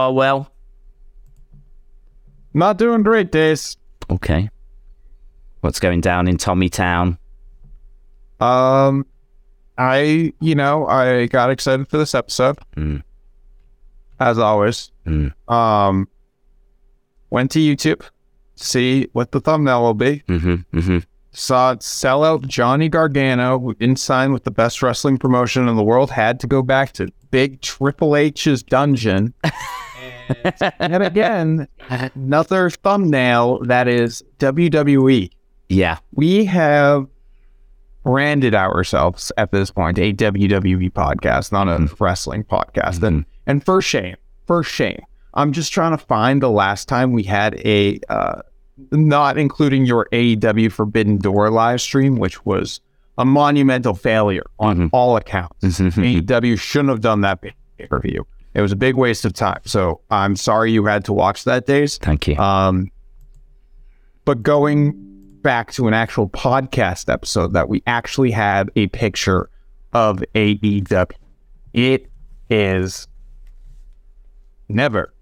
Farwell. Not doing great, Days. Okay. What's going down in Tommy Town? Um, I, you know, I got excited for this episode, Mm. as always. Mm. Um, went to YouTube, see what the thumbnail will be. Mm-hmm. Mm-hmm. Saw sellout Johnny Gargano, who didn't sign with the best wrestling promotion in the world, had to go back to Big Triple H's dungeon. and yet again, another thumbnail that is E. WWE. Yeah. we have branded ourselves at this point a WWE podcast, not a wrestling podcast. And and for shame, for shame. I'm just trying to find the last time we had a uh, not including your AEW Forbidden Door live stream, which was a monumental failure on Mhm. all accounts. Mhm. AEW shouldn't have done that pay per view. It was a big waste of time. So I'm sorry you had to watch that, Days. Thank you. Um, but going back to an actual podcast episode that we actually had a picture of AEW, it is never.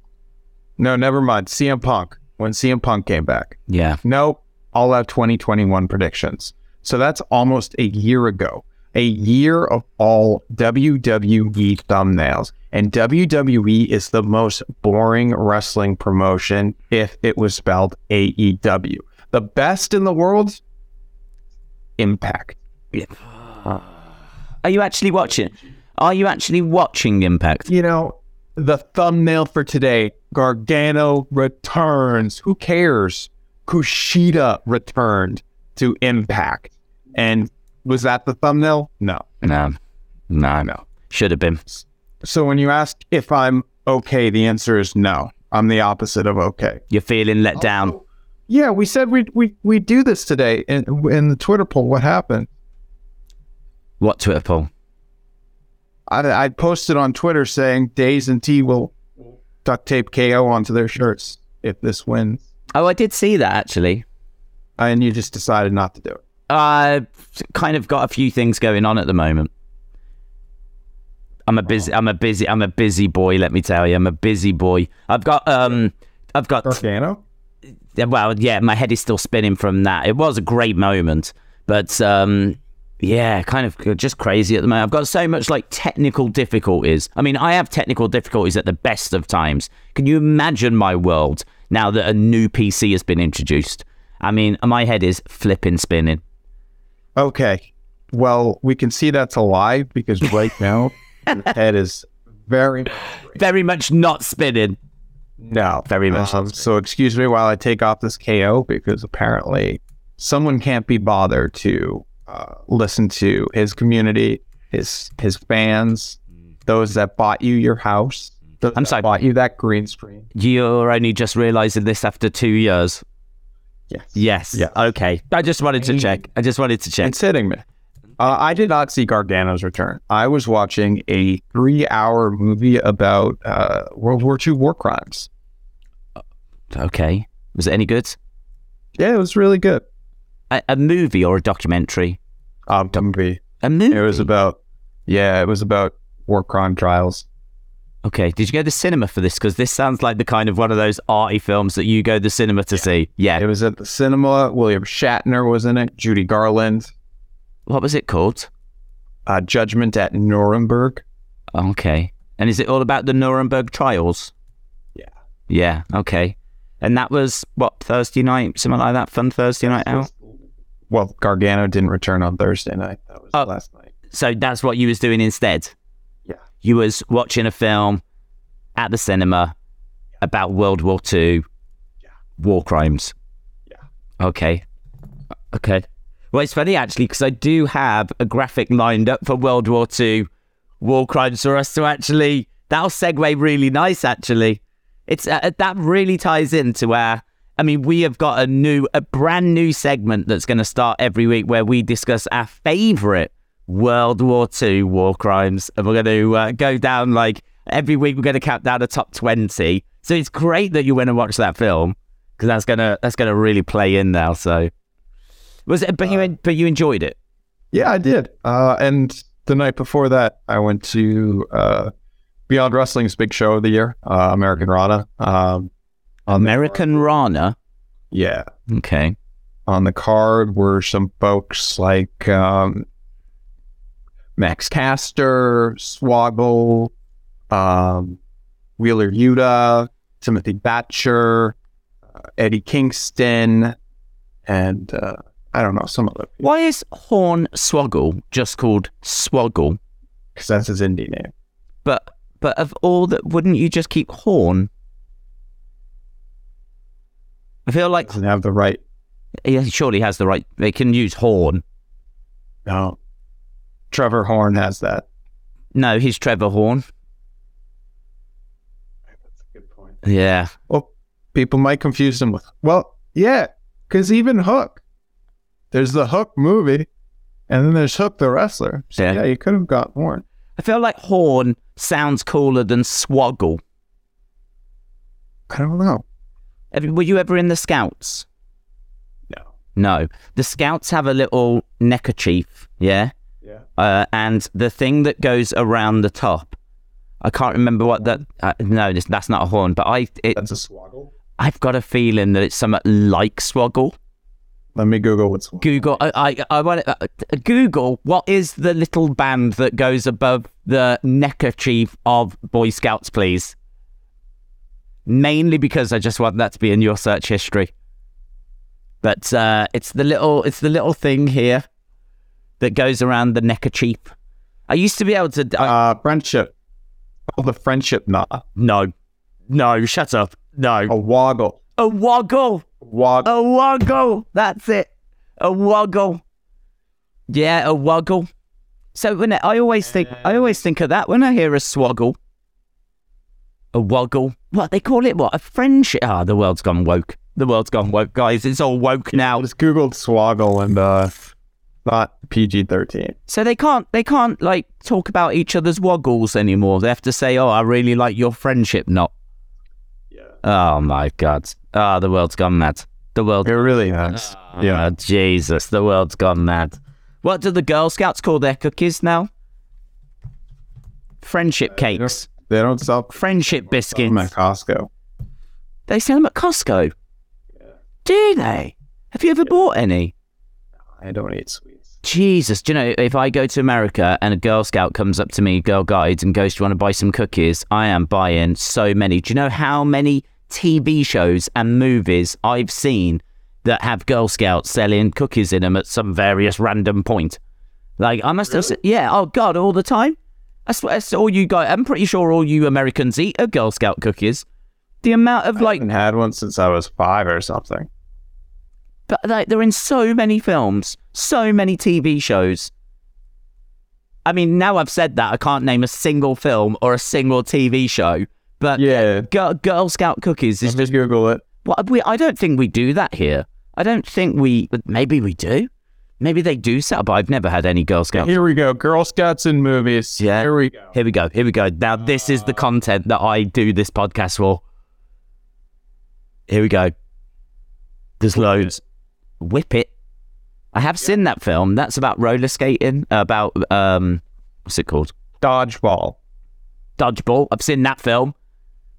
No, never mind. CM Punk, when CM Punk came back. yeah. Nope. All out 2021 predictions. So that's almost a year ago. A year of all WWE thumbnails. And WWE is the most boring wrestling promotion if it was spelled AEW. The best in the world? Impact. Are you actually watching? Are you actually watching Impact? You know, the thumbnail for today Gargano returns. Who cares? Kushida returned to Impact. And was that the thumbnail? No. No. No. No. Should have been. So when you ask if I'm okay, the answer is no. I'm the opposite of okay. You're feeling let down. Yeah, we said we we we do this today in in the Twitter poll. What happened? What Twitter poll? I, I posted on Twitter saying Days and T will duct tape KO onto their shirts if this wins, Oh, I did see that actually. and you just decided not to do it. I kind of got a few things going on at the moment. I'm a busy. I'm a busy. I'm a busy boy. Let me tell you, I'm a busy boy. I've got um, I've got Gargano. Yeah, well, yeah, my head is still spinning from that. It was a great moment, but um, yeah, kind of just crazy at the moment. I've got so much like technical difficulties. I mean, I have technical difficulties at the best of times. Can you imagine my world now that a new PC has been introduced? I mean, my head is flipping spinning. Okay. Well, we can see that's a lie because right now your head is very Very much not spinning. No, Very much Um, so, excuse me while I take off this KO because apparently someone can't be bothered to uh, listen to his community, his his fans, those that bought you your house. Those Mm. I'm that sorry. bought you that green screen. You're only just realizing this after two years. Yes, Yes. Yeah. Okay. I just wanted to check. I just wanted to check. it's hitting me. Uh, I did not see Gargano's return. I was watching a three-hour movie about uh, World War II war crimes. Okay. Was it any good? Yeah, it was really good. a, a movie or a documentary? Um, movie. A movie. It was about yeah, it was about war crime trials. okay. Did you go to the cinema for this? Because this sounds like the kind of one of those arty films that you go to the cinema to see. Yeah. It was at the cinema. William Shatner was in it. Judy Garland. What was it called? Uh, Judgment at Nuremberg. Okay. And is it all about the Nuremberg trials? Yeah. Yeah. Okay. And that was what Thursday night, something like that. Fun Thursday night out. Well, Gargano didn't return on Thursday night. That was Oh. last night. So that's what you was doing instead. Yeah. You was watching a film at the cinema about World War Two, war crimes. Yeah. Okay. Uh, Okay. Well, it's funny actually because I do have a graphic lined up for World War Two, war crimes for us to actually. That'll segue really nice actually. It's uh, that really ties into our. I mean, we have got a new, a brand new segment that's going to start every week where we discuss our favorite World War II war crimes, and we're going to uh, go down like every week. We're going to count down the top twenty. So it's great that you went and watched that film because that's gonna that's gonna really play in now. So was it? But you but you enjoyed it. Yeah, I did. Uh, and the night before that, I went to uh, Beyond Wrestling's big show of the year, uh, American Rana. Um, on the- American Rana. yeah. Okay. on the card were some folks like um, Max Caster, Swoggle, um, Wheeler Yuta, Timothy Batcher, uh, Eddie Kingston, and uh, I don't know, some other Why is Horn Swoggle just called Swoggle? because that's his indie name. But but of all that, wouldn't you just keep Horn? I feel like Doesn't have the right. he surely has the right. They can use Horn. No. Trevor Horn has that. No, he's Trevor Horn. That's a good point. Yeah. Well, people might confuse them with, well, yeah, because even Hook, there's the Hook movie, and then there's Hook the wrestler. So, Yeah. yeah. you could have got Horn. I feel like Horn sounds cooler than Swoggle. I don't know. Have- Were you ever in the Scouts? No. No. The Scouts have a little neckerchief, yeah? Yeah. Uh, and the thing that goes around the top, I can't remember what that. Uh, no, this, that's not a horn, but I, it, That's a swoggle. I've got a feeling that it's somewhat like swoggle. Let me Google what's swoggle. Google, I, I, I want to, uh, Google, what is the little band that goes above the neckerchief of Boy Scouts, please? Mainly because I just want that to be in your search history. But uh, it's the little, it's the little thing here that goes around the neckerchief. I used to be able to. I, Uh, friendship. Oh, the friendship knot. no, no, shut up, no. A woggle. A woggle. Woggle. A woggle. That's it. A woggle. Yeah, a woggle. So when I, I always think, I always think of that when I hear a swoggle. A woggle. What they call it? What a friendship? Ah, the world's gone woke. The world's gone woke, guys. It's all woke I now. just Googled swoggle and uh, not PG 13. So they can't, they can't like talk about each other's woggles anymore. They have to say, "Oh, I really like your friendship knot." Yeah. Oh my god. Ah, the world's gone mad. The world. It really has. Ah, yeah. Jesus, the world's gone mad. What do the Girl Scouts call their cookies now? Friendship cakes, They don't sell friendship them at biscuits. Costco. They sell them at Costco. Do they? Have you ever bought any? I don't eat sweets. Jesus, do you know if I go to America and a Girl Scout comes up to me, Girl Guides, and goes, "Do you want to buy some cookies?" I am buying so many. Do you know how many TV shows and movies I've seen that have Girl Scouts selling cookies in them at some various random point? Like I must have, se- yeah. Oh God, all the time. That's, that's all you guys. I'm pretty sure all you Americans eat are Girl Scout cookies. The amount of I like haven't had one since I was five or something. But like, they're in so many films, so many TV shows. I mean, now I've said that, I can't name a single film or a single TV show. But Yeah. Girl, Girl Scout cookies is Just, just Google it. what we. I don't think we do that here. I don't think we. But maybe we do. Maybe they do set up. I've never had any Girl Scout. Here we go. Girl Scouts in movies. Yeah. Here we go. Here we go. Here we go. Now this is the content that I do this podcast for. Here we go. There's loads. Whip it. I have seen that film. That's about roller skating. About um, what's it called? Dodgeball. Dodgeball. I've seen that film.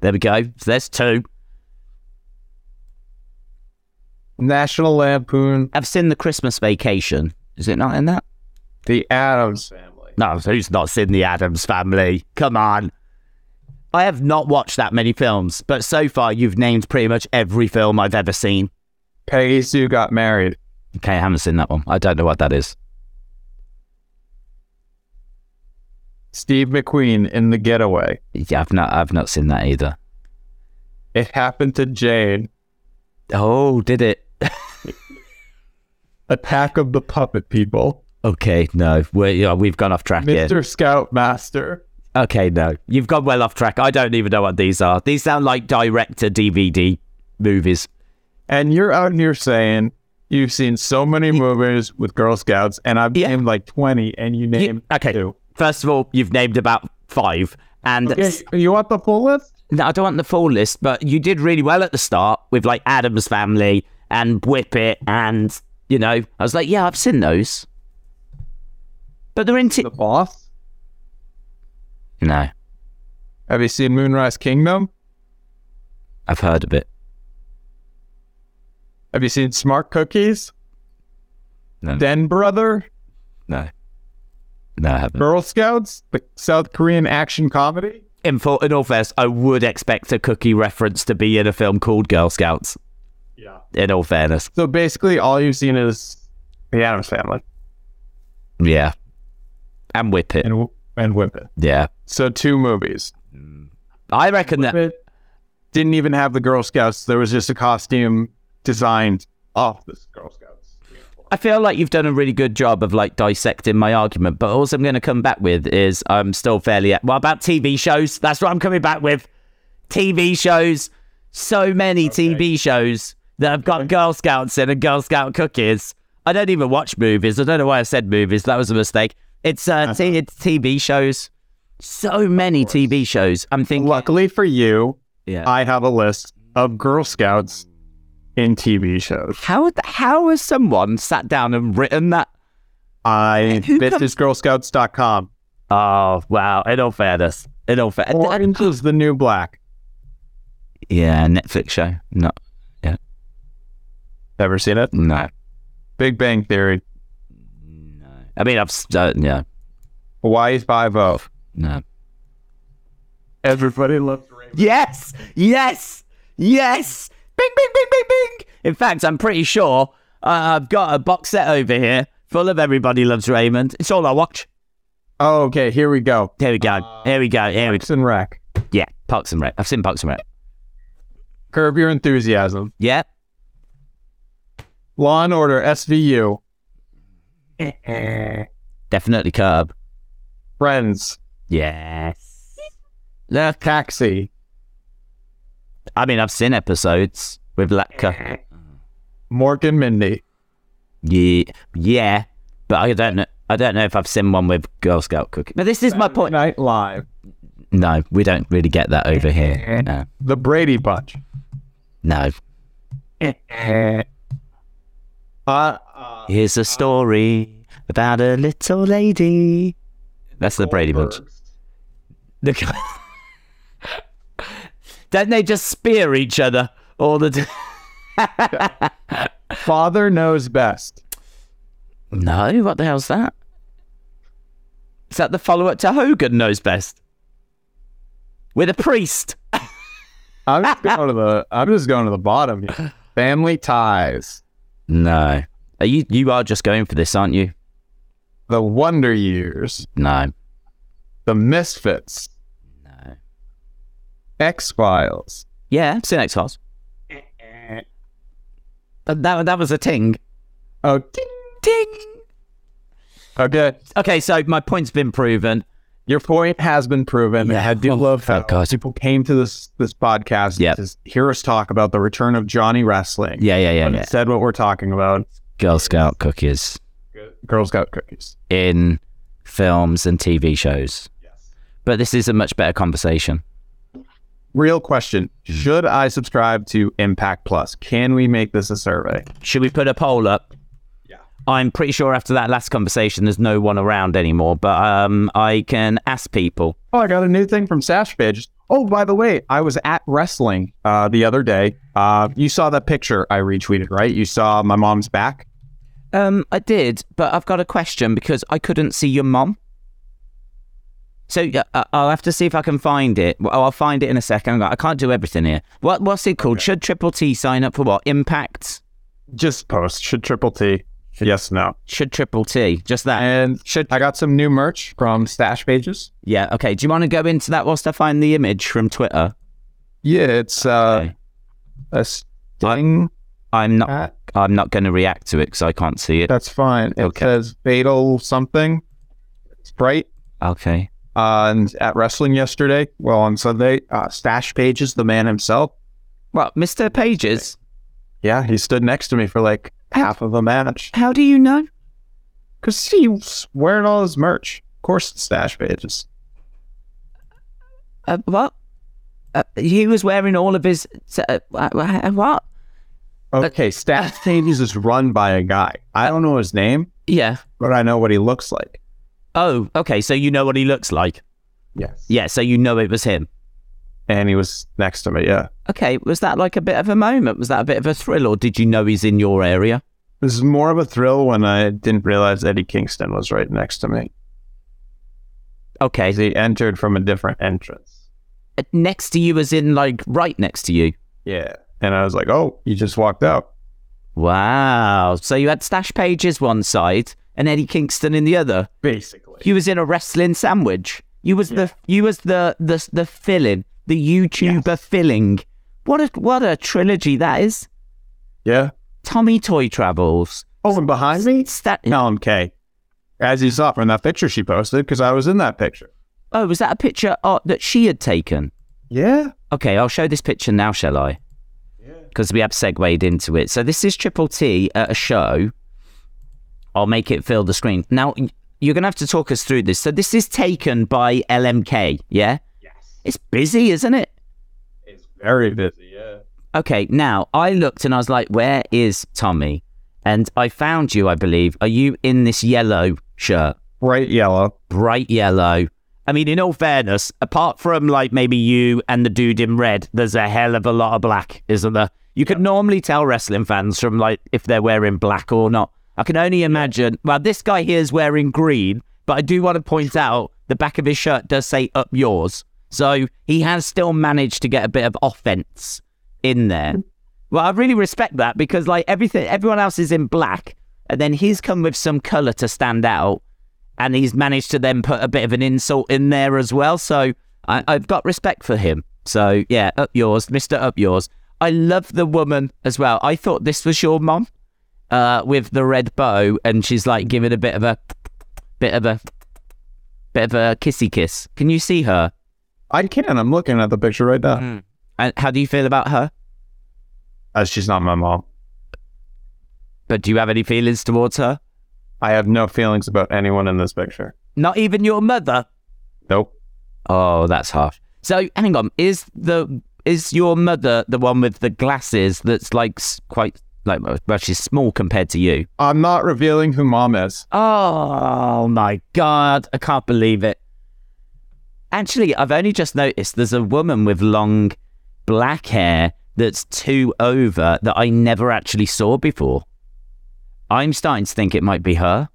There we go. So there's two. National Lampoon. I've seen the Christmas Vacation. Is it not in that? The Adams Family. No, who's not seen the Adams Family? Come on. I have not watched that many films, but so far you've named pretty much every film I've ever seen. Peggy Sue got married. Okay, I haven't seen that one. I don't know what that is. Steve McQueen in The Getaway. Yeah, I've not I've not seen that either. It happened to Jane. Oh, did it? Attack of the Puppet People. Okay, no. We're, yeah, we've gone off track here. Mr. Scoutmaster. Okay, no. You've gone well off track. I don't even know what these are. These sound like director DVD movies. And you're out here saying you've seen so many movies with Girl Scouts, and I've Yeah. named like 20, and you named okay. two. First of all, you've named about 5 and Yeah, you want the full list? No, I don't want the full list, but you did really well at the start with like Adam's Family and Whip It, and you know, I was like, yeah, I've seen those, but they're in. T- The Boss? no, Have you seen Moonrise Kingdom? I've heard of it. Have you seen Smart Cookies? No. Den Brother? No. No, I haven't. Girl Scouts? The South Korean action comedy? In, full, in all fairness, I would expect a cookie reference to be in a film called Girl Scouts. Yeah. In all fairness. So basically, all you've seen is the Adams Family Yeah. And Whip It. and and Whippet. Yeah. So two movies. I reckon that. Whippet didn't even have the Girl Scouts. There was just a costume designed off the Girl Scouts. I feel like you've done a really good job of like dissecting my argument, but all I'm going to come back with is I'm still fairly well about TV shows. That's what I'm coming back with. TV shows, so many TV shows that have got Girl Scouts in and Girl Scout cookies. I don't even watch movies. I don't know why I said movies. That was a mistake. It's uh, t- it's TV shows. So many TV shows. I'm thinking. Luckily for you, Yeah. I have a list of Girl Scouts in TV shows. how how has someone sat down and written that? I Who this come- is girlscouts.com. Oh wow! In all fairness, in all fairness, Orange is the new black. Yeah, Netflix show. No, Ever seen it? no, Big Bang Theory. no. I mean, I've s- uh, yeah, Hawaii Five O. no. Everybody loves Raymond. Yes, yes, yes. Bing, bing, bing, bing, bing. In fact, I'm pretty sure uh, I've got a box set over here full of Everybody Loves Raymond. It's all I watch. Oh, okay. Here we go. Here we go. here we go. Here we go. Parks and Rec. Yeah, Parks and Rec. I've seen Parks and Rec. Curb Your Enthusiasm. Yeah. Law and Order. SVU. Definitely Curb. Friends. Yes. Look, Taxi. I mean, I've seen episodes with Latka. Mork and Mindy. Yeah, yeah, but I don't know. I don't know if I've seen one with Girl Scout cookie. But this is my point. Night Live. No, we don't really get that over here. No, The Brady Bunch. no. Uh, Here's a story about a little lady. That's the Brady Bunch. Look. don't they just spear each other all the time? Father Knows Best. No, what the hell's that? Is that the follow up to Hogan Knows Best? With a priest. I'm just going to the. I'm just going to the bottom. Here. Family Ties. No. Are you you are just going for this, aren't you? The Wonder Years. No. The Misfits. No. X Files. Yeah, see you next class. But that that was a ting. Oh, ding. Ting. okay. Okay, so my point's been proven. Your point has been proven. Yeah. I do Oh, love how God. people came to this this podcast Yep. to hear us talk about the return of Johnny Wrestling. Yeah, yeah, yeah, But yeah. Instead, what we're talking about, Girl Scout cookies Girl Scout cookies. in films and TV shows. Yes. But this is a much better conversation. Real question: Should I subscribe to Impact Plus? Can we make this a survey? Should we put a poll up? Yeah. I'm pretty sure after that last conversation, there's no one around anymore. But um, I can ask people. Oh, I got a new thing from Sash Page. Oh, by the way, I was at wrestling uh, the other day. Uh, you saw that picture I retweeted, right? You saw my mom's back. Um, I did, but I've got a question because I couldn't see your mom. So uh, I'll have to see if I can find it. Well, I'll find it in a second. I can't do everything here. What What's it called? Should Triple T sign up for what? Impact? Just post. Should Triple T? Yes, no. Should Triple T? Just that. And should I got some new merch from Stash Pages? Yeah, okay. Do you want to go into that whilst I find the image from Twitter? Yeah, it's uh, Okay. a sting I'm not cat. I'm not going to react to it cuz I can't see it. That's fine. It Okay. says fatal something. It's bright. Okay. Uh, and at wrestling yesterday, well, on Sunday, uh, Stash Pages, the man himself, Well, Mr. Pages, yeah, he stood next to me for like half of a match. how do you know? Because he was wearing all his merch. Of course, the stash pages. Uh, what? Uh, he was wearing all of his uh, uh, uh, what? Okay, stash pages is run by a guy. I don't know his name, Yeah. but I know what he looks like. Oh, okay. So you know what he looks like. Yes. Yeah, so you know it was him. and he was next to me. Yeah, Okay, was that like a bit of a moment? Was that a bit of a thrill, or did you know he's in your area? it was more of a thrill when I didn't realize Eddie Kingston was right next to me. Okay, He entered from a different entrance. Uh, next to you, as in like right next to you. Yeah, and I was like, "Oh, you just walked out." Wow. So you had Stash Pages one side and Eddie Kingston in the other. Basically, You was in a wrestling sandwich. You was the you was the the the filling, the YouTuber filling. What a what a trilogy that is. yeah. Tommy Toy Travels. Oh, and behind me, Sta- Helen Kay, as you saw from that picture she posted, because I was in that picture. oh, was that a picture uh, that she had taken? Yeah, Okay, I'll show this picture now, shall I? Because we have segued into it. So this is Triple T at a show. I'll make it fill the screen. Now y- you're gonna have to talk us through this. So this is taken by LMK, yeah? Yes. It's busy, isn't it? very busy. Yeah. Okay, now I looked and I was like, where is Tommy? And I found you, I believe. Are you in this yellow shirt? Bright yellow. Bright yellow. I mean, in all fairness, apart from like maybe you and the dude in red, there's a hell of a lot of black, isn't there? You could normally tell wrestling fans from like if they're wearing black or not. I can only imagine. Well, this guy here is wearing green, but I do want to point out the back of his shirt does say up yours. So he has still managed to get a bit of offense in there. Well, I really respect that because like everything, everyone else is in black, and then he's come with some color to stand out, and he's managed to then put a bit of an insult in there as well. So I, I've got respect for him. So yeah, up yours, Mister, up yours. I love the woman as well. I thought this was your mom, uh, with the red bow, and she's like giving a bit of a, bit of a, bit of a kissy kiss. Can you see her? I can. I'm looking at the picture right now. And how do you feel about her? Uh, she's not my mom. But do you have any feelings towards her? I have no feelings about anyone in this picture. Not even your mother. Nope. Oh, that's harsh. So hang on, is the is your mother the one with the glasses that's like s- quite like well she's small compared to you? I'm not revealing who mom is. Oh my god, I can't believe it. Actually, I've only just noticed there's a woman with long black hair that's two over that I never actually saw before. I'm starting to think it might be her.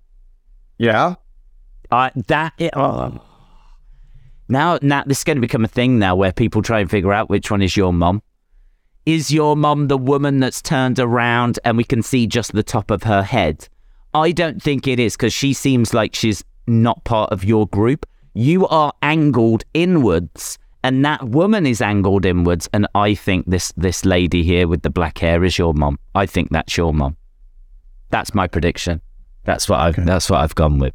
Yeah. I that it, oh. now now this is going to become a thing now where people try and figure out which one is your mom. Is your mom the woman that's turned around and we can see just the top of her head? I don't think it is because she seems like she's not part of your group. You are angled inwards, and that woman is angled inwards. And I think this this lady here with the black hair is your mom. I think that's your mom. That's my prediction. That's what I've that's what I've gone with.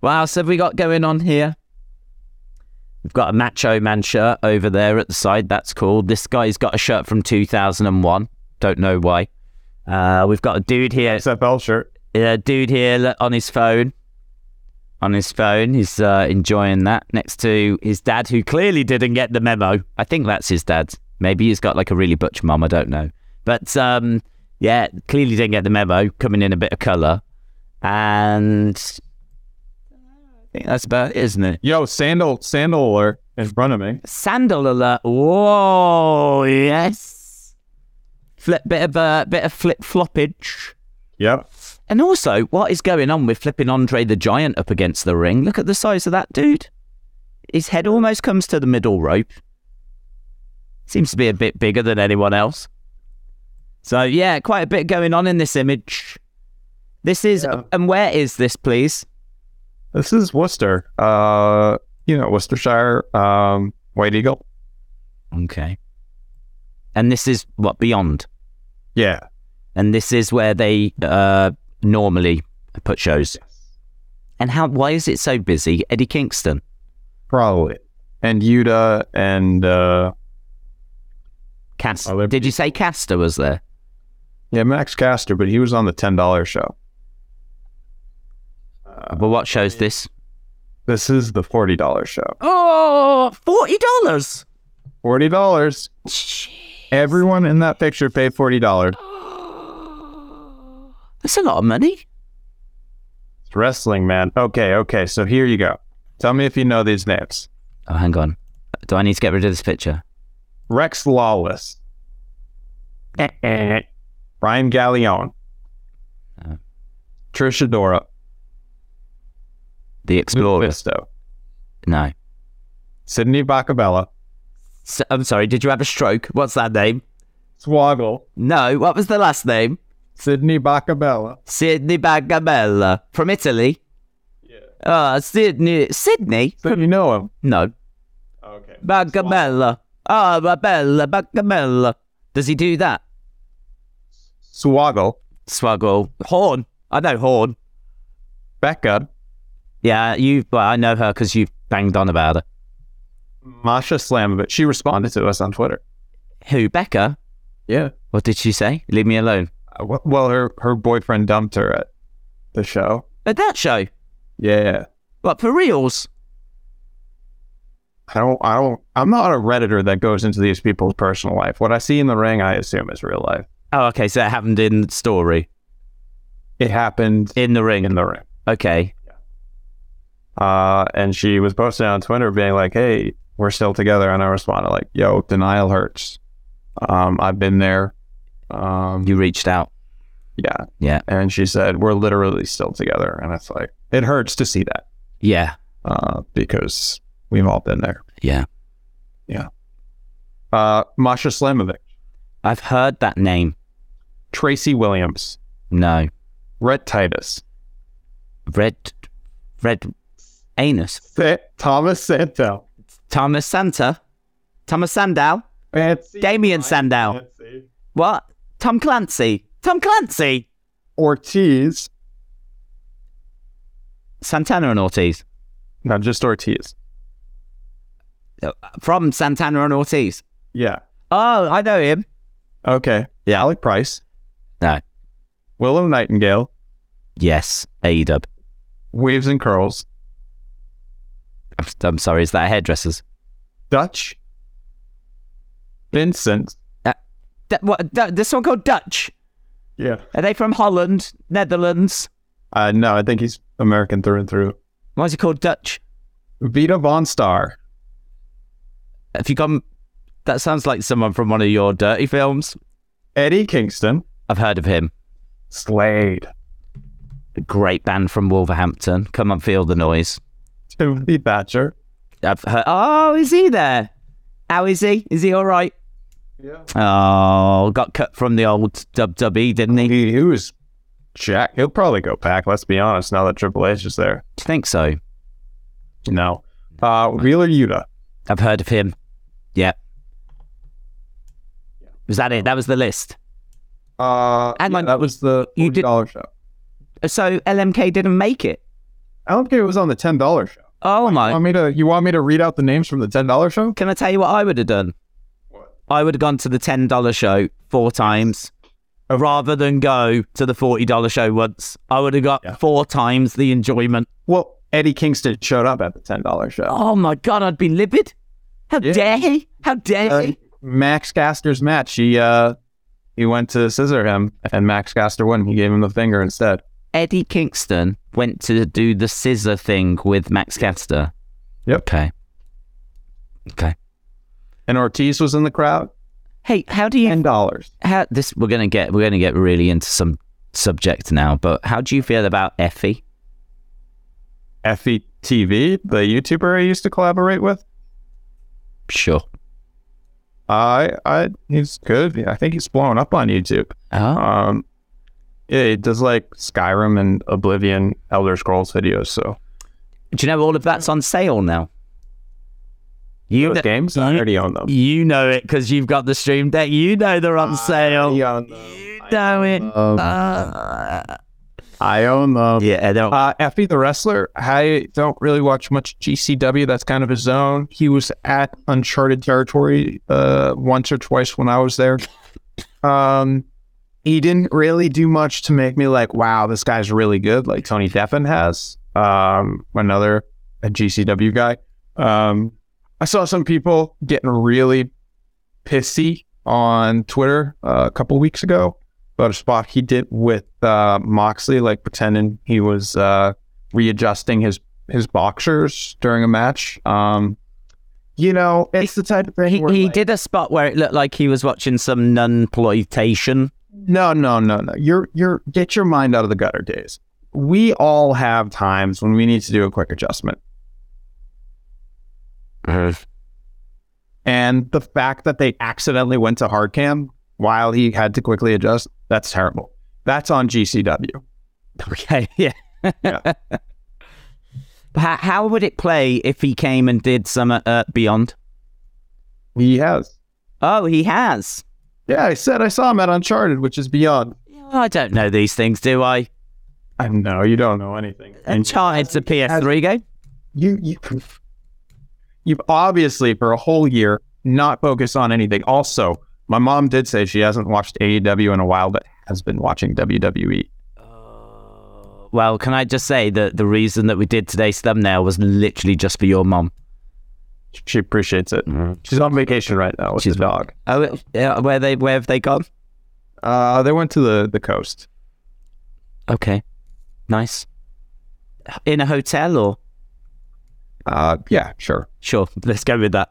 What else have we got going on here? We've got a Macho Man shirt over there at the side. That's cool. This guy's got a shirt from 2001. Don't know why. Uh, we've got a dude here. XFL shirt. A dude here look, on his phone. On his phone. He's uh, enjoying that next to his dad, who clearly didn't get the memo. I think that's his dad. Maybe he's got like a really butch mum. I don't know. But um, yeah, clearly didn't get the memo. Coming in a bit of colour. And I think that's about it, isn't it? Yo, sandal, sandal alert in front of me. Sandal alert. Whoa, yes. Flip bit of a uh, bit of flip floppage. Yep. And also, what is going on with flipping Andre the Giant up against the ring? Look at the size of that dude. His head almost comes to the middle rope. Seems to be a bit bigger than anyone else. So yeah, quite a bit going on in this image. This is Yeah. and where is this, please? This is Worcester. Uh, you know, Worcestershire, um, White Eagle. Okay. And this is what beyond. Yeah. and this is where they uh, normally put shows. And how? Why is it so busy? Eddie Kingston. Probably. And Yuta and, uh, Cast. Other Did you say Caster was there? yeah, Max Caster, but he was on the $10 show. well, what shows this? This is the $40 show. Oh, forty dollars. $40. Everyone in that picture paid $40. That's a lot of money. It's wrestling, man. Okay, okay. So here you go. Tell me if you know these names. Oh, hang on. Do I need to get rid of this picture? Rex Lawless, Ryan Gallion, Uh. No. Trisha Dora, The Lou Explorer? Fisto, No. Sydney Bacabella, S I'm sorry. Did you have a stroke? What's that name? Swoggle, No. What was the last name? Sydney Bacabella, Sydney Bagabella from Italy. Yeah. Uh, Sydney. Sydney? so you know him. No. Okay. Bagabella. Ah, Babella, Bagabella. Does he do that? Swoggle, Swuggle. Horn. I know Horn. Becca, Yeah, you. Well, I know her because you banged on about her. Masha Slamovich. She responded to us on Twitter. Who? Becca? Yeah. What did she say? Leave me alone. Uh, Well, her her boyfriend dumped her at the show. At that show. Yeah. What, for reals? I don't. I don't. I'm not a redditor that goes into these people's personal life. What I see in the ring, I assume is real life. Oh, okay. So it happened in the story, It happened in the ring. in the ring. Okay. Uh, and she was posting on Twitter being like, hey, we're still together. And I responded like, yo, denial hurts. Um, I've been there. Um, You reached out. yeah. Yeah. And she said, we're literally still together. And it's like, it hurts to see that Yeah. uh, because we've all been there. Yeah. Uh, Masha Slamovic, I've heard that name. Tracy Williams, No. Red Titus, Red. Red. Anus. Sa- Thomas Santel, Thomas Santa. Thomas Sandow. Fancy Damien Sandow. Fancy, What? Tom Clancy. Tom Clancy. Ortiz. Santana and Ortiz. No, just Ortiz. Uh, From Santana and Ortiz. Yeah. Oh, I know him. Okay. Yeah. Alec Price, No. Willow Nightingale, Yes. AEW. Waves and Curls, I'm, I'm sorry. Is that hairdressers? Dutch, Vincent. D- what, D- this one called Dutch. Yeah. Are they from Holland? Netherlands? Uh, no, I think he's American through and through. Why is he called Dutch? Vita Von Star. Have you gone? That sounds like someone from one of your dirty films. Eddie Kingston, I've heard of him. Slade, A great band from Wolverhampton. Come on, feel the noise. Timothy Thatcher. I've heard. Oh, is he there? How is he? Is he all right? Yeah. Oh, got cut from the old WWE, didn't he? Do He, he was Jack. He'll probably go back, let's be honest, now that Triple H is there. you think so? No. Uh, Wheeler Yuta. I've heard of him. Yeah. Was that it? That was the list. Uh, Hang yeah, on. That was the You did- $40 show. So LMK didn't make it. I don't think it was on the $10 show. Oh my! Want me to, you want me to read out the names from the $10 show? Can I tell you what I would have done? What? I would have gone to the ten dollar show four times, rather than go to the forty dollar show once. I would have got Yeah. four times the enjoyment. Well, Eddie Kingston showed up at the $10 show. Oh my god! I'd be livid. How Yeah. dare he? How dare Uh, he? Max Caster's match. He uh he went to scissor him, and Max Caster won. He gave him the finger instead. Eddie Kingston went to do the scissor thing with Max Caster. Yep. Okay. Okay. And Ortiz was in the crowd. Hey, how do you Ten dollars. how this we're gonna get we're gonna get really into some subject now, but how do you feel about Effie? Effie TV, E the YouTuber I used to collaborate with. Sure. I I he's good. Yeah, I think he's blown up on YouTube. Oh, Um, yeah, he does like Skyrim and Oblivion, Elder Scrolls videos. So do you know all of that's on sale now? You those know, games, I already own them. you know it because you've got the stream deck. You know they're on sale. I own You know it. them. Uh, I own them. yeah, they're- Uh, Effie the wrestler, I don't really watch much GCW. That's kind of his zone. He was at Uncharted territory uh, once or twice when I was there. Um, he didn't really do much to make me like, wow, this guy's really good, like Tony Deppen has. Um, another a GCW guy. Um, I saw some people getting really pissy on Twitter uh, a couple weeks ago about a spot he did with uh, Moxley, like pretending he was uh, readjusting his his boxers during a match. Um, You know, it's the type of thing He, where he like- did a spot where it looked like he was watching some nun ploitation. No, no, no, no. You're you're get your mind out of the gutter days. We all have times when we need to do a quick adjustment. Uh-huh. And the fact that they accidentally went to hard cam while he had to quickly adjust, that's terrible. That's on GCW. Okay, yeah. Yeah. how, how would it play if he came and did some at uh, Beyond? He has. Oh, he has. Yeah, I said I saw him at Uncharted, which is beyond. I don't know these things, do I? I know you don't know anything. Uncharted's a PS3 game. you you you've obviously for a whole year not focused on anything. Also, my mom did say she hasn't watched AEW in a while, but has been watching E. WWE. Well, can I just say that the reason that we did today's thumbnail was literally just for your mom. She appreciates it. She's on vacation right now with She's- the dog. Oh, yeah, where they where have they gone? Uh, they went to the the coast. Okay, nice. In a hotel or Uh, yeah, sure. sure, let's go with that.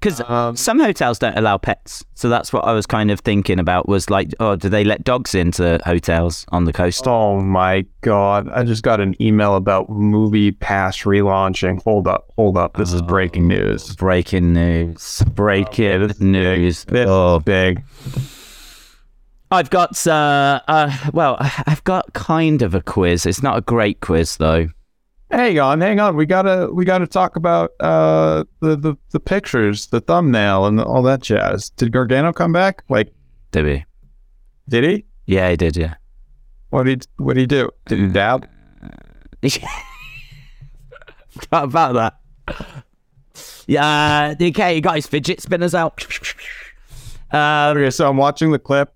Because Um, some hotels don't allow pets, so that's what I was kind of thinking about. Was like, oh, do they let dogs into hotels on the coast? Oh my god! I just got an email about Movie Pass relaunching. Hold up, hold up! This is breaking news. Breaking news! Breaking news! This is Oh, big. I've got uh, uh, well, I've got kind of a quiz. It's not a great quiz though. Hang on, hang on. We gotta we gotta talk about uh the, the, the pictures, the thumbnail, and all that jazz. Did Gargano come back? Like, Did we? did he? Yeah, I did. Yeah. What did what did he do? Did he dab? Forgot about that. Yeah, okay, he got his fidget spinners out. Um, Okay, so I'm watching the clip.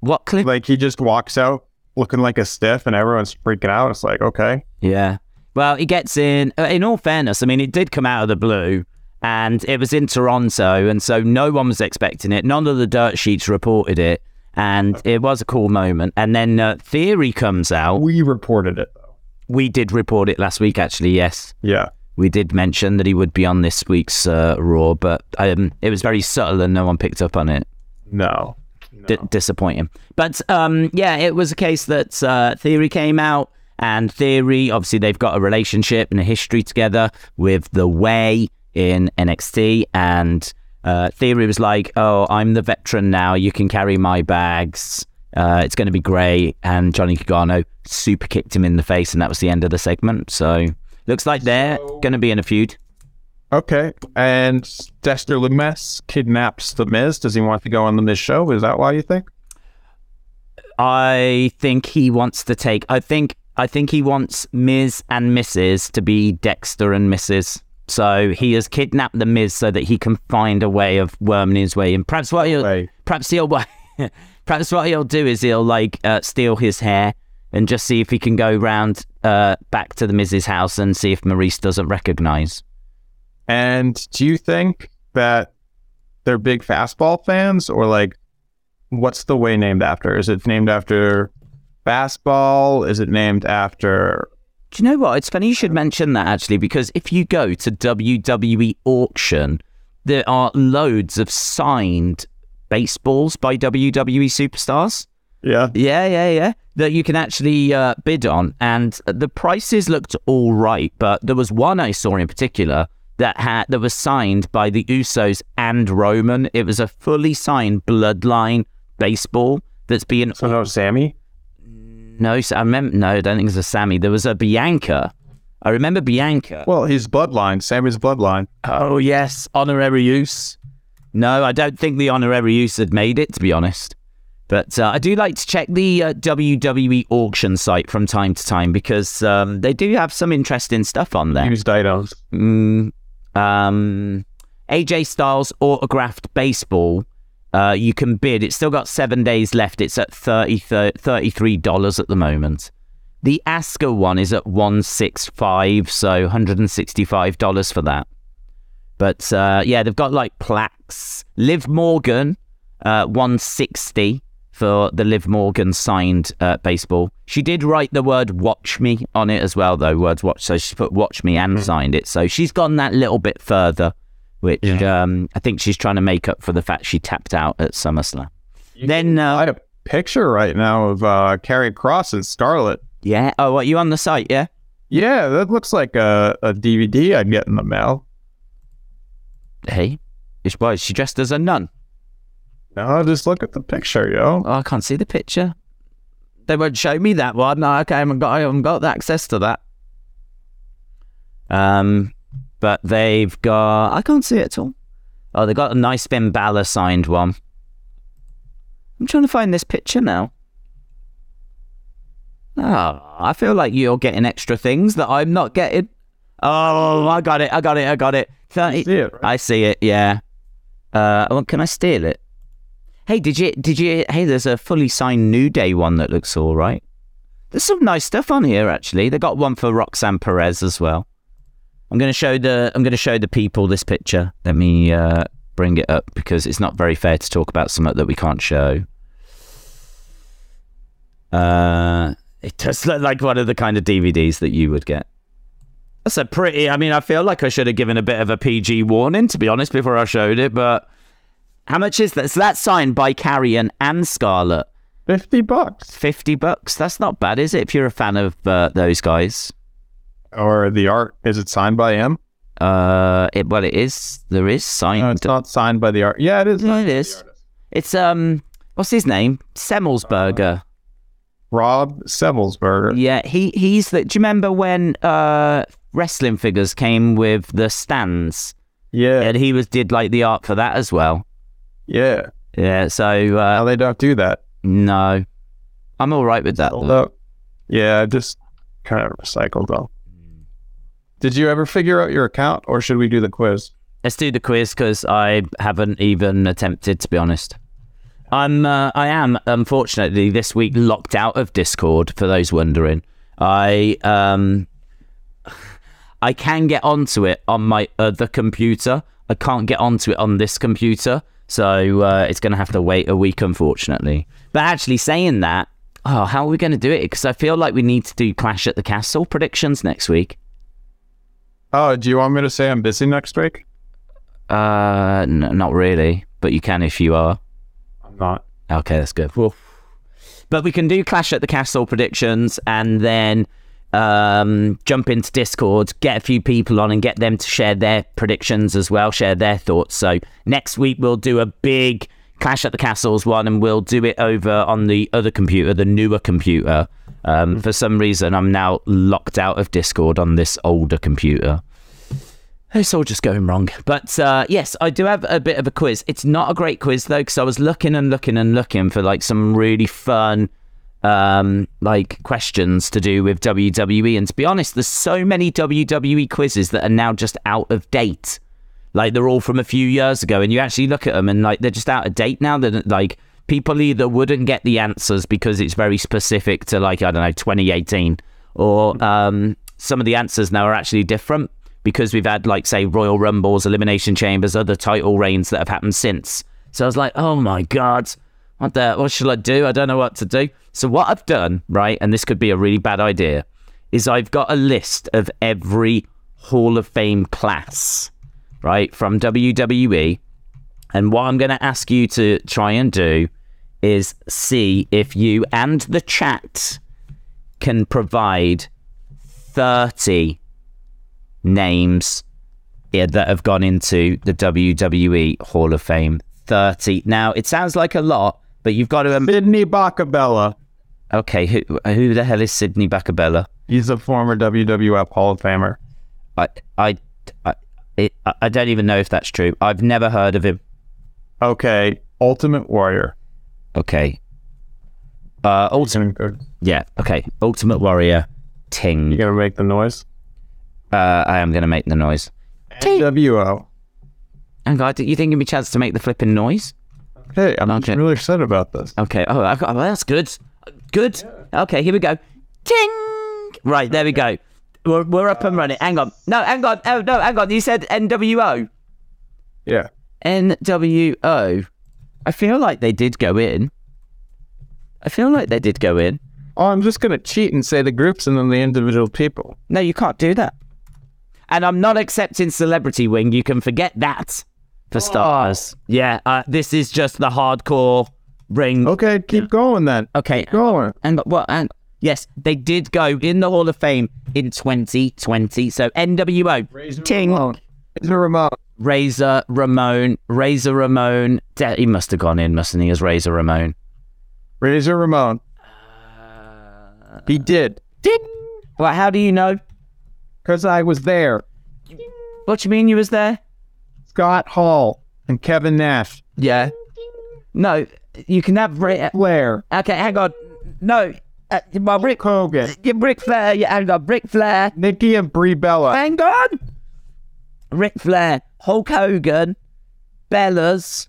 what clip? Like he just walks out looking like a stiff, and everyone's freaking out. It's like, okay, Yeah. Well, he gets in. uh, In all fairness, I mean, it did come out of the blue, and it was in Toronto, and so no one was expecting it. None of the dirt sheets reported it, and it was a cool moment. And then uh, Theory comes out. we reported it though. We did report it last week, actually. Yes, Yeah, we did mention that he would be on this week's uh, Raw, but um, it was very subtle, and no one picked up on it. no. d- disappointing. But um, yeah, it was a case that uh, Theory came out, and Theory obviously they've got a relationship and a history together with the Way in NXT, and uh, Theory was like, "Oh, I'm the veteran now. You can carry my bags. Uh, it's going to be great." And Johnny Gargano super kicked him in the face, and that was the end of the segment. So looks like they're going to be in a feud. Okay, and Dexter Lumis kidnaps the Miz. Does he want to go on the Miz show? Is that why you think? I think he wants to take. I think. I think he wants Ms. and Mrs. to be Dexter and Mrs. So he has kidnapped the Miz so that he can find a way of worming his way in. Perhaps what he'll, Way. perhaps he'll, perhaps what he'll do is he'll like uh, steal his hair and just see if he can go round uh, back to the Miz's house and see if Maurice doesn't recognize. And do you think that they're big fastball fans or like what's the way named after? Is it named after fastball? Is it named after Do you know what? It's funny you should mention that actually, because if you go to WWE auction, there are loads of signed baseballs by WWE superstars. Yeah. Yeah, yeah, yeah. That you can actually uh, bid on, and the prices looked all right. But there was one I saw in particular that had that was signed by the Usos and Roman. It was a fully signed Bloodline baseball that's being So no Sammy? no. so I remember no. I don't think it was a Sammy. There was a Bianca. I remember Bianca. Well, he's bloodline. Sammy's bloodline. Oh yes, honorary use. No, I don't think the honorary use had made it, to be honest. But uh, I do like to check the uh, WWE auction site from time to time because um, they do have some interesting stuff on there. Used items. Mm, um, AJ Styles autographed baseball. Uh, you can bid. It's still got seven days left. It's at 30, $33 at the moment. The Asker one is at 165 so $165 for that. But uh, yeah, they've got like plaques. Liv Morgan, uh, 160 for the Liv Morgan signed uh, baseball. She did write the word "watch me" on it as well, though. Words "watch," so she put "watch me" and signed it. So she's gone that little bit further, which um, I think she's trying to make up for the fact she tapped out at SummerSlam. then, I uh, had a picture right now of uh, Carrie Cross and Scarlet. yeah. Oh, what you on the site? Yeah. Yeah, that looks like a, a DVD I'd get in the mail. Hey, it's why she dressed as a nun. No, just look at the picture, yo. Oh, I can't see the picture. They won't show me that one. No, okay, I haven't got, I haven't got the access to that. Um, but they've got. I can't see it at all. Oh, they got a nice Ben Balor signed one. I'm trying to find this picture now. Oh, I feel like you're getting extra things that I'm not getting. Oh, I got it. I got it. I got it. 30, See it, right? I see it. Yeah. Uh, well, can I steal it? Hey, did you? Did you? Hey, there's a fully signed New Day one that looks all right. There's some nice stuff on here actually. They got one for Roxanne Perez as well. I'm gonna show the I'm gonna show the people this picture. Let me uh, bring it up because it's not very fair to talk about something that we can't show. Uh, it does look like one of the kind of DVDs that you would get. That's a pretty. I mean, I feel like I should have given a bit of a PG warning to be honest before I showed it. But how much is that? So that's signed by Carrion and Scarlet. 50 bucks. 50 bucks. That's not bad, is it? If you're a fan of uh, those guys. Or the art. Is it signed by him? Uh, it, well, it is. There is No, signed. it's not signed by the art. Yeah, it is. No, it is. It's, um, what's his name? Semmelsberger. Rob Sevelsberger. yeah, he, he's the. Do you remember when uh, wrestling figures came with the stands? Yeah. And he was did like the art for that as well. Yeah. Yeah, so Now uh, they don't do that. no. I'm all right with that. though. Although, yeah, I just kind of recycled though. Did you ever figure out your account or should we do the quiz? Let's do the quiz because I haven't even attempted, to be honest. I'm, uh, I am unfortunately this week locked out of Discord. For those wondering, I, um, I can get onto it on my other computer. I can't get onto it on this computer, so uh, it's going to have to wait a week, unfortunately. But actually, saying that, oh, how are we going to do it? Because I feel like we need to do Clash at the Castle predictions next week. Oh, do you want me to say I'm busy next week? Uh, n- not really, but you can if you are. I'm not. Okay, that's good. But we can do Clash at the Castle predictions and then um, jump into Discord, get a few people on and get them to share their predictions as well, share their thoughts. So next week we'll do a big Clash at the Castles one and we'll do it over on the other computer, the newer computer. Um, for some reason, I'm now locked out of Discord on this older computer. It's all just going wrong. But uh, yes, I do have a bit of a quiz. It's not a great quiz though, because I was looking and looking and looking for like some really fun um like questions to do with WWE and to be honest there's so many WWE quizzes that are now just out of date like they're all from a few years ago and you actually look at them and like they're just out of date now that like people either wouldn't get the answers because it's very specific to like i don't know 2018 or um some of the answers now are actually different because we've had like say royal rumbles elimination chambers other title reigns that have happened since so i was like oh my god what the what should i do i don't know what to do so what i've done right and this could be a really bad idea is i've got a list of every hall of fame class right, from WWE. And what I'm going to ask you to try and do is see if you and the chat can provide 30 names here that have gone into the WWE Hall of Fame. 30. Now, it sounds like a lot, but you've got to. Um, Sidney Bacabella. okay, who, who the hell is Sydney Bacabella? He's a former WWF Hall of Famer. I, I, I, it, I- I don't even know if that's true. I've never heard of him. Okay. Ultimate Warrior. Okay. Uh, He's ultimate. gonna go- Yeah. Okay. Ultimate Warrior. You Ting. gonna make the noise? Uh, I am gonna make the noise. Ting. NWO. And God, you think give me a chance to make the flipping noise? Hey, I'm Okay. really excited about this. Okay. Oh, I've got. Well, that's good. Good. Okay. Here we go. Ting. Right. There we go. We're, we're up and running. Hang on. No. Hang on. Oh no. Hang on. You said NWO. Yeah. NWO. I feel like they did go in. I feel like they did go in. Oh, I'm just gonna cheat and say the groups and then the individual people. No, you can't do that. And I'm not accepting celebrity wing. You can forget that for stars. Yeah, uh, this is just the hardcore ring. Okay, keep going then. Okay. Keep going. And what? and yes, they did go in the Hall of Fame in 2020. So NWO, Ting. It's a remote. Razor Ramon, Razor Ramon. De- he must have gone in, mustn't he? As Razor Ramon. Razor Ramon. he Uh, did. Ding. Well, how do you know? Because I was there. What you mean you was there? Scott Hall and Kevin Nash. Yeah. No, you can have. Ra- Flair. okay, hang on. No, uh, my Rick, Hogan. your Ric Flair. Yeah, hang on, Ric Flair. Nikki and Brie Bella. Hang on. Ric Flair, Hulk Hogan, Bellas.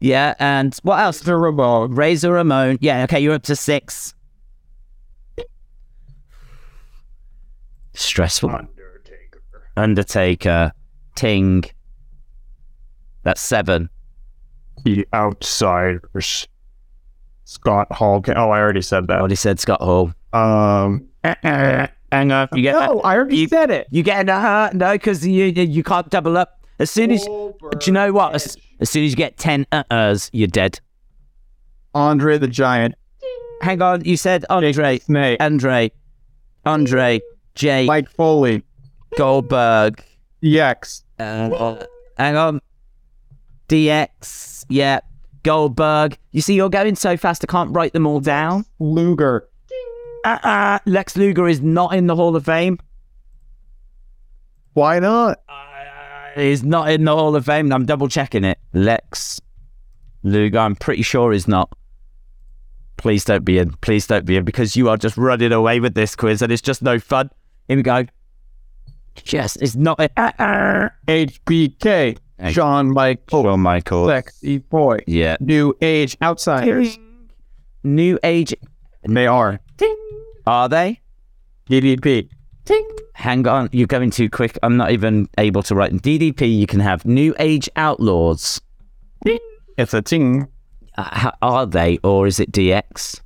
Yeah, and what else? Razor Ramon. Razor Ramon. Yeah, okay, you're up to six. Stressful. Undertaker. Undertaker. Ting. That's seven. The Outsiders. Scott Hall. Oh, I already said I already said Scott Hall. Um, Hang on. You get no, I already said it. You get an uh no, because you you you can't double up. As soon as do you know what? As, as soon as you get ten uh uhs, you're dead. Andre the Giant. Hang on, you said Andre, Snake. Andre, Andre, Jay Mike Foley. Goldberg. DX. Uh, hang on, DX. Yeah, Goldberg. You see, you're going so fast, I can't write them all down. Luger. Uh, uh Lex Luger is not in the Hall of Fame. Why not? He's not in the Hall of Fame. and I'm double checking it. Lex Luger, I'm pretty sure he's not. Please don't be in. Please don't be in because you are just running away with this quiz and it's just no fun. Here we go. Yes, it's not. in- Uh-uh. HBK. Hey. John Mike. Oh, Michael. Sexy boy. Yeah. New Age Outsiders. New Age. They are. Are they? DDP. Hang on. You're going too quick. I'm not even able to write. DDP, you can have New Age Outlaws. It's a ting. Uh, h- are they or is it DX?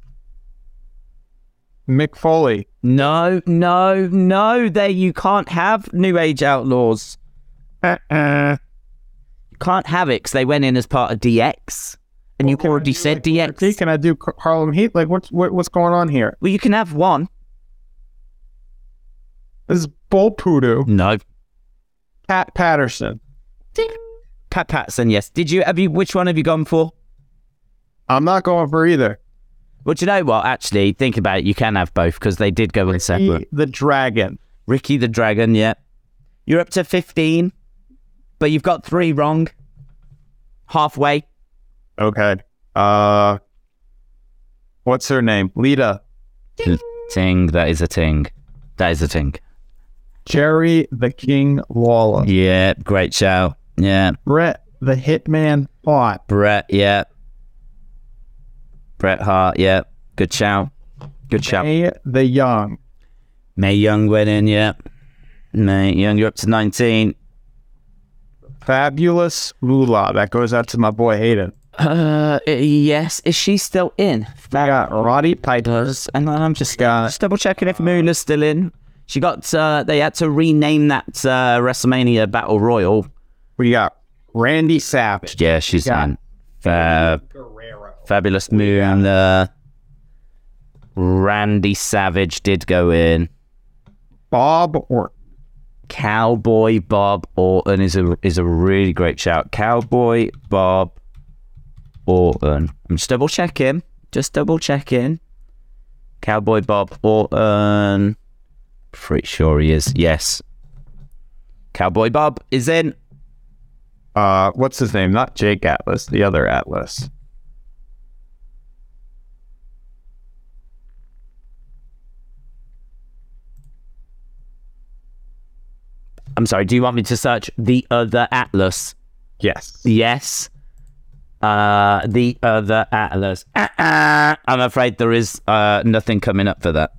Mick Foley. No, no, no. There, you can't have New Age Outlaws. Uh-uh. You can't have it because they went in as part of DX, and you already said DX. See, can I do Ca- Harlem Heat? Like, what's what, what's going on here? Well, you can have one. This is Bull Poodoo. No, Pat Patterson. Pat Patson. Yes. Did you have you? Which one have you gone for? I'm not going for either. Well, do you know what? Actually, think about it. You can have both because they did go in separate. He, the Dragon. Ricky the Dragon. Yeah. You're up to fifteen, but you've got three wrong. Halfway. Okay. Uh, what's her name? Lita. Ting. That is a ting. That is a ting. Jerry the King Lawler. Yeah. Great shout. Yeah. Brett the Hitman Hot. Brett, yeah. Bret Hart, yeah. Good shout. Good shout. May, May the Young. Young went in, yeah. May Young, you're up to 19. Fabulous Moolah. That goes out to my boy Hayden. Uh, yes. Is she still in? I got Roddy Piper. does. And then I'm just, uh, Got- just double checking if Moon's still in. She got, uh, they had to rename that uh, WrestleMania Battle Royal. We got Randy Savage. Yeah, she's Yeah. in. Fab- fabulous Moon. Uh, Randy Savage did go in. Bob Orton. Cowboy Bob Orton is a is a really great shout. Cowboy Bob Orton. I'm just double checking. Just double checking. Cowboy Bob Orton. Pretty sure he is. Yes. Cowboy Bob is in. Uh, what's his name? Not Jake Atlas, the other Atlas. I'm sorry. Do you want me to search the other Atlas? Yes. Yes. Uh, the other Atlas. Uh-uh. I'm afraid there is uh nothing coming up for that.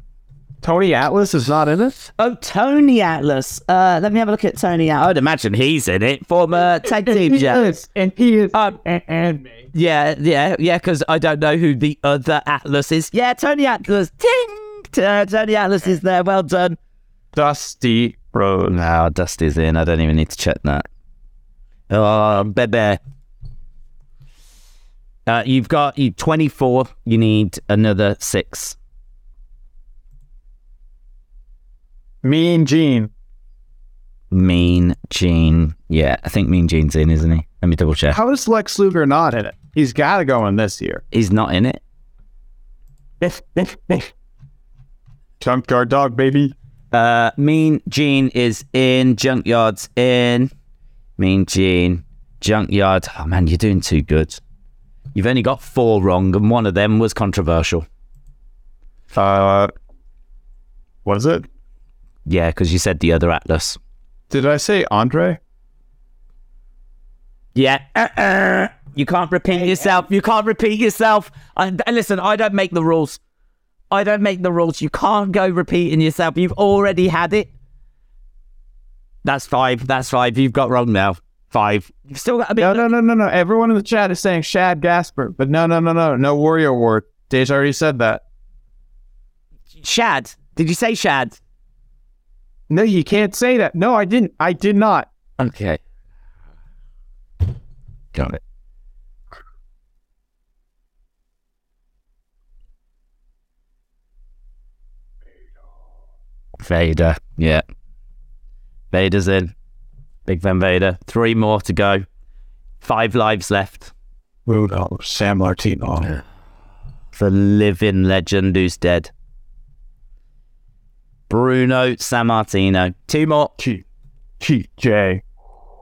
Tony Atlas is not in it. Oh, Tony Atlas. Uh, let me have a look at Tony I Atlas. would imagine he's in it. Former tag And team he champ. is, and he is, Um, and, and me. Yeah, yeah, yeah. Because I don't know who the other Atlas is. Yeah, Tony Atlas. Ting. Uh, Tony Atlas is there. Well done. Dusty Rhodes. No, Dusty's in. I don't even need to check that. Oh, Bebe. Uh, you've got you 24. You need another six. Mean Gene. Mean Gene. Yeah, I think Mean Gene's in, isn't he? Let me double check. How is Lex Luger not in it? He's got to go in this year. He's not in it. Jump guard dog, baby. Uh, mean Gene is in. Junkyard's in. Mean Gene. Junkyard. Oh, man, you're doing too good. You've only got four wrong, and one of them was controversial. Uh, was it? Yeah, because you said the other Atlas. Did I say Andre? Yeah. Uh-uh. You can't repeat yourself. You can't repeat yourself. And and listen, I don't make the rules. I don't make the rules. You can't go repeating yourself. You've already had it. That's five. That's five. You've got wrong now. Five. You've still got a bit. No, no, no, no, no. Everyone in the chat is saying Shad Gasper, but no, no, no, no, no Warrior Ward. Deja already said that. Shad. Did you say Shad? No, you can't say that. No, I didn't. I did not. Okay. Got it. Vader. Yeah. Vader's in. Big Van Vader. Three more to go. Five lives left. Rudolph, Sam Martino. The living legend who's dead. Bruno Sammartino. Two more. Chief, Chief J.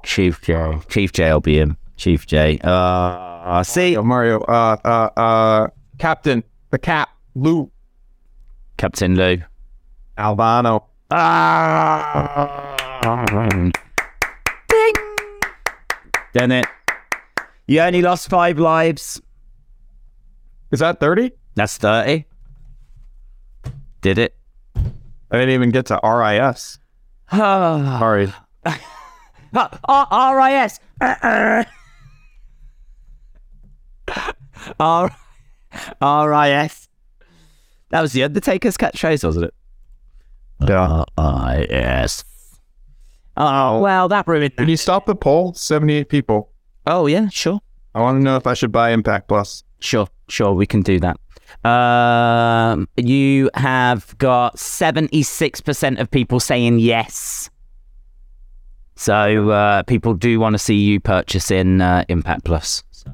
Chief J. Chief J will be him. Chief J. Uh, see. Yo, Mario, uh, uh, uh, Captain, the Cap, Lou, Captain Lou. Albano. Ah. Dennett. You only lost five lives. Is that 30? That's 30. Did it. I didn't even get to RIS. Ah, Sorry. ah, R- RIS. Uh-uh. R- RIS. That was the Undertaker's catchphrase, wasn't it? Yeah. RIS. Oh, well, that ruined Can you stop the poll? 78 people. Oh, yeah, sure. I want to know if I should buy Impact Plus. Sure, sure, we can do that. Um, you have got seventy-six percent of people saying yes. So uh, people do want to see you purchasing uh, Impact Plus. So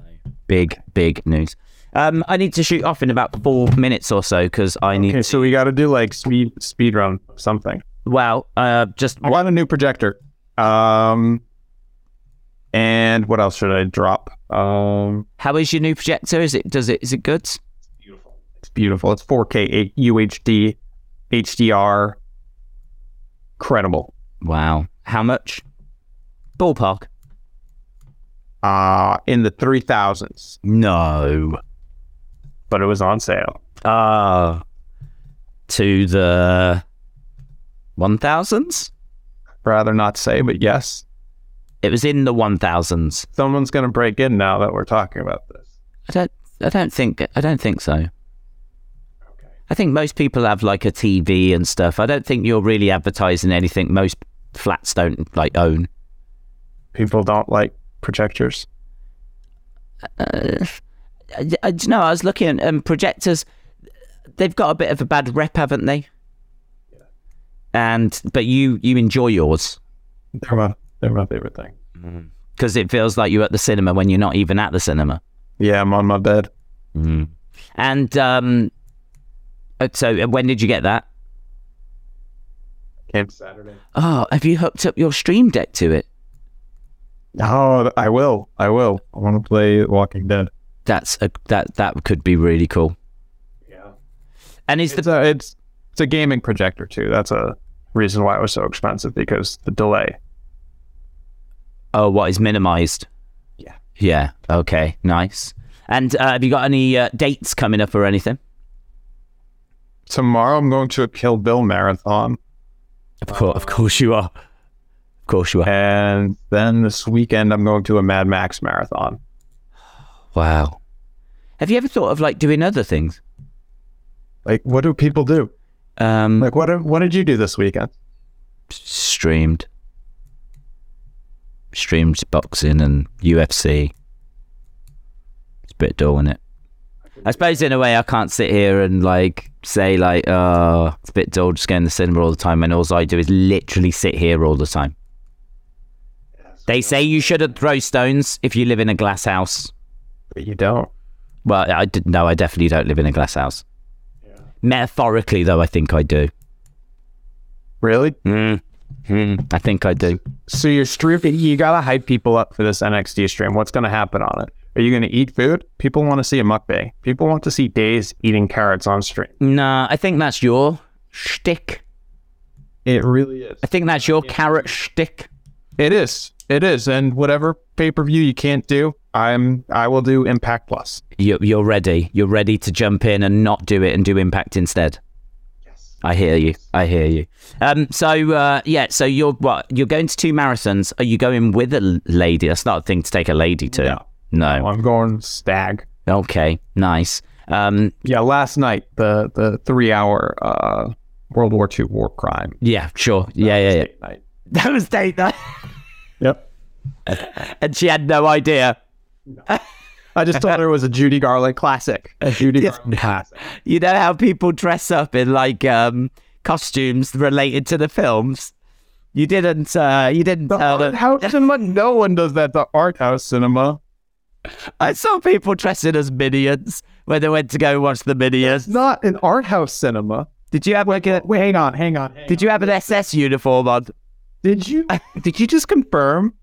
big, big news. Um, I need to shoot off in about four minutes or so because I need. Okay, so we got to do like speed speed run of something. Well, uh, just I want a new projector. Um, and what else should I drop? Um, how is your new projector? Is it does it is it good? it's beautiful. It's 4K eight- UHD, HDR. Incredible. Wow, how much? Ballpark. Uh in the three thousands, No. but it was on sale. Ah, to the one thousands. Rather not say, but yes, It was in the one thousands. someone's gonna break in now that we're talking about this. I don't. I don't think. I don't think so. I think most people have like a TV and stuff. I don't think you're really advertising anything. Most flats don't like own. People don't like projectors. I, I, do you know, I was looking at um, projectors. They've got a bit of a bad rep, haven't they? And but you you enjoy yours They're my they're my favorite thing. because it feels like you're at the cinema when you're not even at the cinema. Yeah, I'm on my bed. Mm-hmm. And um, uh, so, uh, when did you get that? Came Saturday. Oh, have you hooked up your Stream Deck to it? Oh, th- I will. I will. I want to play Walking Dead. That's a that that could be really cool. Yeah. And is It's the a it's it's a gaming projector too. That's a reason why it was so expensive because the delay. oh what is minimized? Yeah. Yeah. Okay. Nice. And uh, have you got any uh, dates coming up or anything? tomorrow I'm going to a Kill Bill marathon, Of course, of course you are. Of course you are. and then this weekend I'm going to a Mad Max marathon. Wow. Have you ever thought of like doing other things? Like, what do people do? Um, Like, what what did you do this weekend? streamed, streamed boxing and UFC. It's a bit dull, isn't it? I suppose in a way I can't sit here and like say like, uh, it's a bit dull just going to the cinema all the time. And all I do is literally sit here all the time. They say you shouldn't throw stones if you live in a glass house. But you don't. Well, I d- no, I definitely don't live in a glass house. Metaphorically, though, I think I do. Really? I think I do. So you're streaming. You gotta hype people up for this NXT stream. What's gonna happen on it? Are you gonna eat food? People want to see a mukbang. People want to see Days eating carrots on stream. Nah, I think that's your shtick. It really is. I think that's your carrot shtick. It is. It is. And whatever pay per view you can't do, I'm I will do Impact Plus. You, you're ready. You're ready to jump in and not do it and do impact instead. Yes. I hear you. I hear you. Um. So, uh, yeah. So you're what? You're going to two marathons. Are you going with a l- lady? That's not a thing to take a lady to. No. I'm going stag. Okay. Nice. Um. Yeah, last night the the three hour uh, World War II war crime Yeah. Sure. Yeah. Yeah. yeah. night. That was date night, Yep. and she had no idea. I just thought it was a Judy Garland classic. Judy Garland classic. You know how people dress up in like um costumes related to the films. You didn't. Uh, you didn't tell Art them. house cinema. No one does that. The art house cinema. I saw people dressing as minions when they went to go watch the minions. Not an art house cinema. Did you have like a? Wait, hang on, hang on. Did Did you have an SS uniform on? did you did you just confirm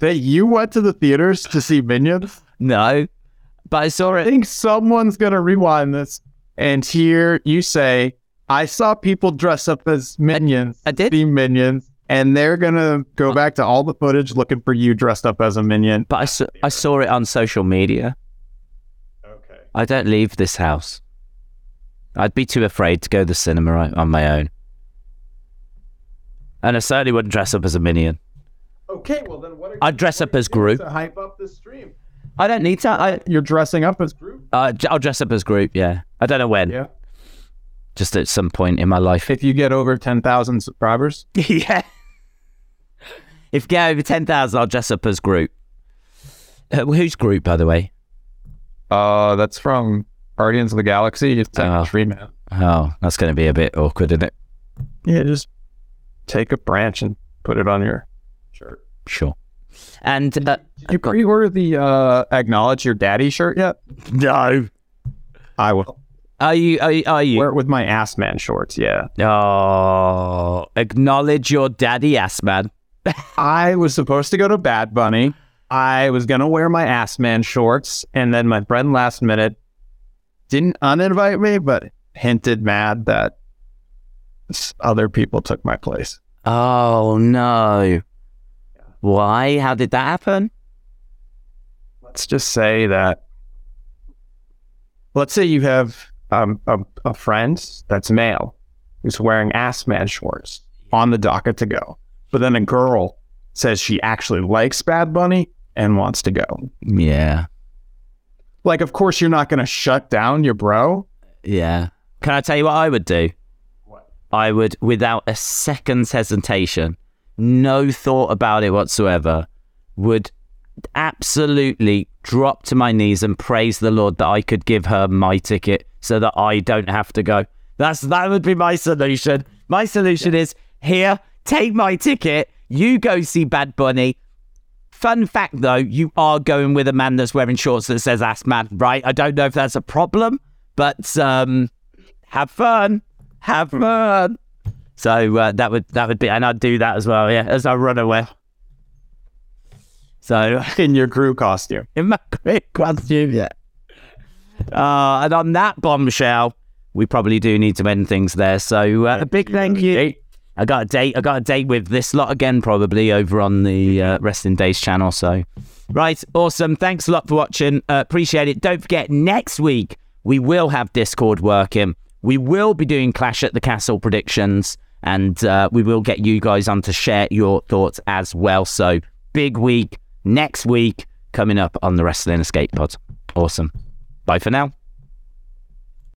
that you went to the theaters to see Minions? No, but I saw I it. think someone's gonna rewind this and hear you say, "I saw people dress up as minions, I did. see minions," and they're gonna go back to all the footage looking for you dressed up as a minion. But I saw, I saw it on social media. Okay. I don't leave this house. I'd be too afraid to go to the cinema on- on my own. And I certainly wouldn't dress up as a minion. Okay. Well, then what? Are I'd dress up as Groot. hype up the stream. I don't need to. I, You're dressing up as Groot. uh, j- I'll dress up as Group, yeah. I don't know when, Yeah. just at some point in my life. If you get over ten thousand subscribers, yeah. If you get over 10,000, I'll dress up as Group. Uh, well, who's Group, by the way? uh, that's from Guardians of the Galaxy. It's Oh. uh, free man. Oh, that's going to be a bit awkward, isn't it? Yeah, just take a branch and put it on your shirt. Sure. And uh, Did you pre-order the uh, acknowledge your daddy shirt yet? no, I will are you? Are you? Are you? wear it with my ass man shorts. Yeah, Oh, acknowledge your daddy ass man. I was supposed to go to Bad Bunny. I was gonna wear my ass man shorts, and then my friend last minute didn't uninvite me, but hinted mad that s- other people took my place. Oh no. Why? How did that happen? Let's just say that. Let's say you have um, a, a friend that's male who's wearing ass man shorts on the docket to go, but then a girl says she actually likes Bad Bunny and wants to go. Yeah, Like, of course, you're not going to shut down your bro. yeah. Can I tell you what I would do? What? I would, without a second's hesitation, no thought about it whatsoever, would absolutely drop to my knees and praise the Lord that I could give her my ticket so that I don't have to go. That's that would be my solution. My solution is here, take my ticket, you go see Bad Bunny. Fun fact though, you are going with a man that's wearing shorts that says ass man, right? I don't know if that's a problem, but um have fun. Have fun. So uh, that would that would be and I'd do that as well, yeah, as I run away. So In your crew costume. in my great costume. Yeah. Uh, and on that bombshell, we probably do need to end things there. So uh, a big thank you. I got a date. I got a date with this lot again, probably over on the uh, Wrestling Days channel. So, right, awesome. Thanks a lot for watching. Uh, appreciate it. Don't forget next week we will have Discord working. We will be doing Clash at the Castle predictions, and uh, we will get you guys on to share your thoughts as well. So, big week next week coming up on the Wrestling Escape Pod. Awesome. Bye for now.